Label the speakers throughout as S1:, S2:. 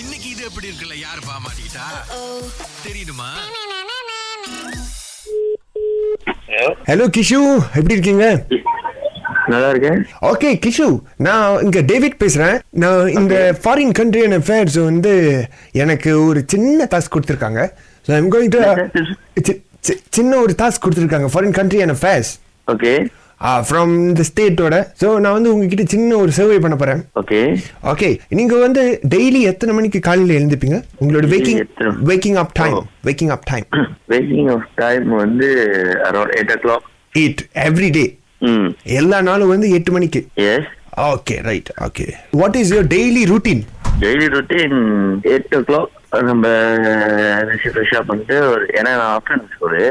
S1: இன்னைக்கு இது எப்படி இருக்குல்ல யார் பாமாட்டா தெரியுமா
S2: ஹலோ கிஷு எப்படி இருக்கீங்க
S3: நல்லா இருக்கேன்
S2: ஓகே கிஷு நான் இங்க டேவிட் பேசுறேன் நான் இந்த ஃபாரின் கண்ட்ரி அண்ட் அஃபேர்ஸ் வந்து எனக்கு ஒரு சின்ன டாஸ்க் கொடுத்துருக்காங்க ஸோ ஐம் கோயிங் டு சின்ன ஒரு டாஸ்க் கொடுத்துருக்காங்க foreign country and affairs
S3: okay
S2: from இந்த ஸ்டேட்டோட ஸோ நான் வந்து உங்ககிட்ட சின்ன ஒரு சர்வே பண்ண போறேன்
S3: ஓகே
S2: ஓகே நீங்க வந்து டெய்லி எத்தனை மணிக்கு காலையில எழுந்துப்பீங்க உங்களோட
S3: Daily
S2: waking
S3: எத்தனை-
S2: waking up time
S3: Oh.
S2: waking up time
S3: waiting of time வந்து around eight o'clock
S2: eight every day
S3: ம்
S2: எல்லா நாளும் வந்து எட்டு மணிக்கு
S3: yes
S2: okay right okay what is your daily routine
S3: daily routine eight o'clock நம்ம ரெஷ் ஃப்ரெஷ்ஷாக பண்ணிட்டு ஒரு ஏன்னா நான் ஆஃப்டர்நூன் ஸ்கூலு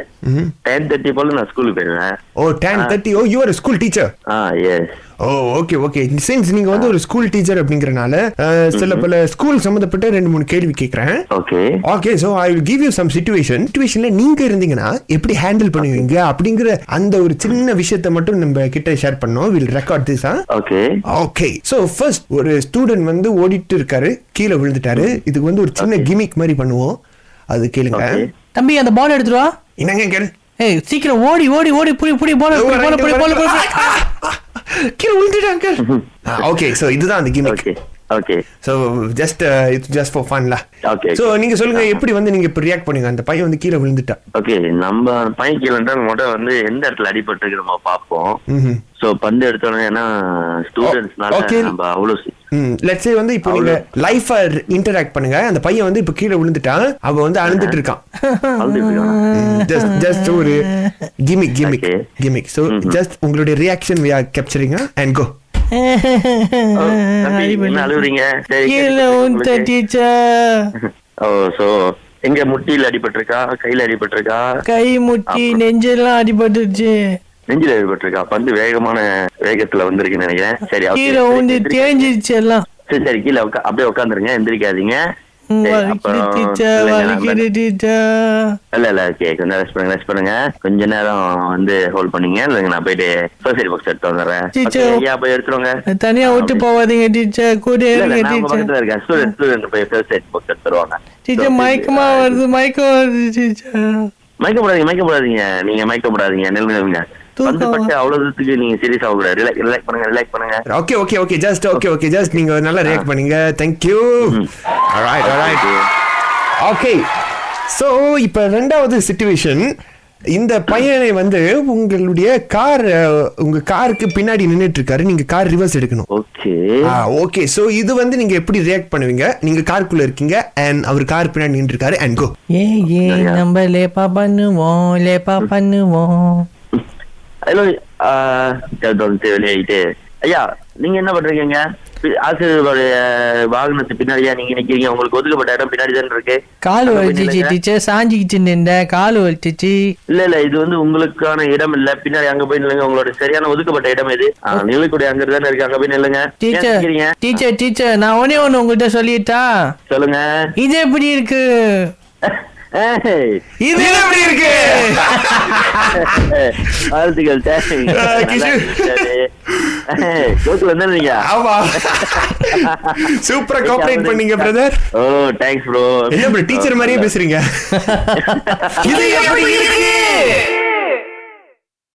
S3: டென் தேர்ட்டி போல் நான் ஸ்கூலுக்கு போயிடுவேன்
S2: oh ten thirty oh you are school teacher
S3: ah yes
S2: oh okay okay since நீங்க வந்து ஒரு ஸ்கூல் டீச்சர் அப்படிங்கறனால அஹ், சில பல ஸ்கூல் சம்பந்தப்பட்ட ரெண்டு மூணு கேள்வி கேட்கறேன்
S3: okay
S2: okay so I will give you some situation சுச்சுவேஷன்ல நீங்க இருந்தீங்கன்னா எப்படி ஹேண்டில் பண்ணுவீங்க அப்படிங்கிற அந்த ஒரு சின்ன விஷயத்த மட்டும் நம்ம கிட்ட ஷேர் பண்ணோம் will record this ah
S3: okay
S2: okay so first ஒரு ஸ்டூடெண்ட் வந்து ஓடிட்டு இருக்காரு கீழே விழுந்துட்டாரு இதுக்கு வந்து ஒரு சின்ன கிமிக் மாதிரி பண்ணுவோம் அது கேளுங்க
S3: Okay.
S4: தம்பி அந்த பால் எடுத்துருவா
S2: என்னங்க கேள்
S4: ஏய் சீக்கிரம் ஓடி ஓடி ஓடி புடி புடி பால் புடி பால் புடி பால் புடி
S3: Oh,
S2: கீழே விழுந்துட்டாங்க ஓகே சோ இதுதான் அந்த gimmick
S3: okay okay
S2: so just it's just for ஃபன்ல
S3: Okay,
S2: சோ
S3: okay.
S2: நீங்க சொல்லுங்க எப்படி வந்து நீங்க இப்போ ரியாக்ட் பண்ணுங்க அந்த பையன் வந்து கீழே விழுந்துட்டா
S3: ஓகே நம்ம பையன் கீழே இருந்தால் மட்டும் வந்து எந்த இடத்துல அடிபட்டு நம்ம பார்ப்போம் ஸோ பந்து எடுத்தோடனே ஏன்னா ஸ்டூடெண்ட்ஸ்னால
S2: Okay.
S3: நம்ம அவ்வளோ
S2: ம் லெட்ஸ் சே வந்து இப்போ நீங்க லைஃபா இன்டராக்ட் பண்ணுங்க அந்த பையன் வந்து இப்போ கீழே விழுந்துட்டான் அவன் வந்து அழுந்துட்டு இருக்கான்
S3: அழுதுட்டு
S2: ஜஸ்ட் ஜஸ்ட் ஒரு gimmick gimmick
S3: Okay. Mm-hmm.
S2: Gimmick so just உங்களுடைய reaction we are capturing and go
S3: தம்பி, என்ன அழுவுறீங்க? சரி,
S4: கீழே உந்த
S3: உங்களுக்கு.
S4: டீச்சர்
S3: ஓ so, எங்க முட்டியில அடிபட்டிருக்கா கையில அடிபட்டிருக்கா
S4: கை முட்டி நெஞ்செல்லாம் அடிபட்டுருச்சு
S3: நெஞ்சில அடிபட்டிருக்கா பந்து வேகமான வேகத்துல வந்திருக்குன்னு நினைக்கிறேன் சரி okay.
S4: கீழே உந்து தேஞ்சிருச்சு எல்லாம்
S3: சரி சரி கீழே உக்கா- அப்படியே உட்காந்துருங்க எந்திரிக்காதீங்க
S4: ம்,
S3: சரி,
S4: வலிக்குது
S3: அப்புறம்
S4: டீச்சர்
S3: இல்லைங்க,
S4: வலிக்குது
S3: நம்ம-
S4: டீச்சர்
S3: இல்ல இல்ல ஓகே கொஞ்சம் ரெஸ்ட் பண்ணுங்க ரெஸ்ட் பண்ணுங்க கொஞ்ச நேரம் வந்து ஹோல்ட் பண்ணீங்க இல்லைங்க நான் போயிட்டு சர்ஜரி பாக்ஸ் எடுத்து வந்துடுறேன்
S4: டீச்சர்.
S3: Okay, ஐயா போய் எடுத்துருவாங்க
S4: தனியா விட்டு போகாதீங்க டீச்சர் கூட
S3: இல்ல இல்ல
S4: இருங்க
S3: நான் உங்க பக்கத்துல
S4: டீச்சர்
S3: இருக்கேன் ஸ்டூடெண்ட் ஸ்டூடெண்ட் போய் ஃபர்ஸ்ட் எய்ட் பாக்ஸ் எடுத்துருவாங்க
S4: டீச்சர் மயக்கமா வருது மயக்கம் வருது டீச்சர்
S3: மயக்க போடாதீங்க மயக்க போடாதீங்க நீங்க மயக்க போடாதீங்க நெல் நெல்லுங்க
S4: தூக்கம்
S3: வந்து
S4: வரும்.
S3: பட்டு அவ்வளவு தூரத்துக்கு நீங்க சீரியஸ் ஆக கூடாது ரிலாக்ஸ் ரிலாக்ஸ் பண்ணுங்க ரிலாக்ஸ் பண்ணுங்க
S2: okay okay okay just okay okay just நீங்க நல்லா ரியாக்ட் பண்ணுங்க thank you
S3: Mm-hmm.
S2: alright alright okay so இப்போ ரெண்டாவது சுச்சுவேஷன் இந்த பையனை வந்து உங்களுடைய கார் உங்க காருக்கு பின்னாடி நின்னுட்டு இருக்காரு நீங்க கார் ரிவர்ஸ் எடுக்கணும்
S3: ஓகே
S2: ஓகே சோ இது வந்து நீங்க எப்படி ரியாக்ட் பண்ணுவீங்க நீங்க காருக்குள்ள இருக்கீங்க அண்ட் அவர் கார் பின்னாடி நின்று இருக்காரு அண்ட் கோ
S4: ஏ ஏ நம்ம லேப்பா பண்ணுவோம் லேப்பா பண்ணுவோம்
S3: ஹலோ வந்து வெளியாயிட்டு ஐயா நீங்க என்ன பண்றீங்க பி- ஆசிரியருடைய வாகனத்து பின்னாடியா நீங்க நிக்கிறீங்க உங்களுக்கு ஒதுக்கப்பட்ட இடம் பின்னாடி தானே இருக்கு
S4: கால்
S3: அங்க போய்
S4: வலிச்சிச்சு
S3: நில்லுங்க.
S4: டீச்சர் சாஞ்சிக்கிச்சு நின்ற கால் வலிச்சிச்சு
S3: இல்ல இல்ல இது வந்து உங்களுக்கான இடம் இல்ல பின்னாடி அங்க போய் நில்லுங்க உங்களோட சரியான ஒதுக்கப்பட்ட இடம் எது ஆ, நிழலுக்குடைய அங்க தானே இருக்கு அங்க போய் நில்லுங்க ஏன்
S4: டீச்சர்
S3: நிக்கிறீங்க?
S4: டீச்சர் டீச்சர் நான் ஒன்னே ஒண்ணு உங்கள்கிட்ட சொல்லிட்டா
S3: சொல்லுங்க
S4: இது எப்படி இருக்கு
S3: ஏய்,
S4: இது எப்படி இருக்கு
S3: ஏய், வாழ்த்துக்கள் தேங்க்ஸ் நல்லா இருந்துச்சு. ஏய், ஜோக்குல தானே நீங்க
S2: ஆமா சூப்பரா கோஆபரேட் பண்ணீங்க பிரதர்
S3: ஓ தேங்க்ஸ் ப்ரோ
S2: என்ன ப்ரோ டீச்சர் மாதிரியே பேசுறீங்க இது எப்படி இருக்கு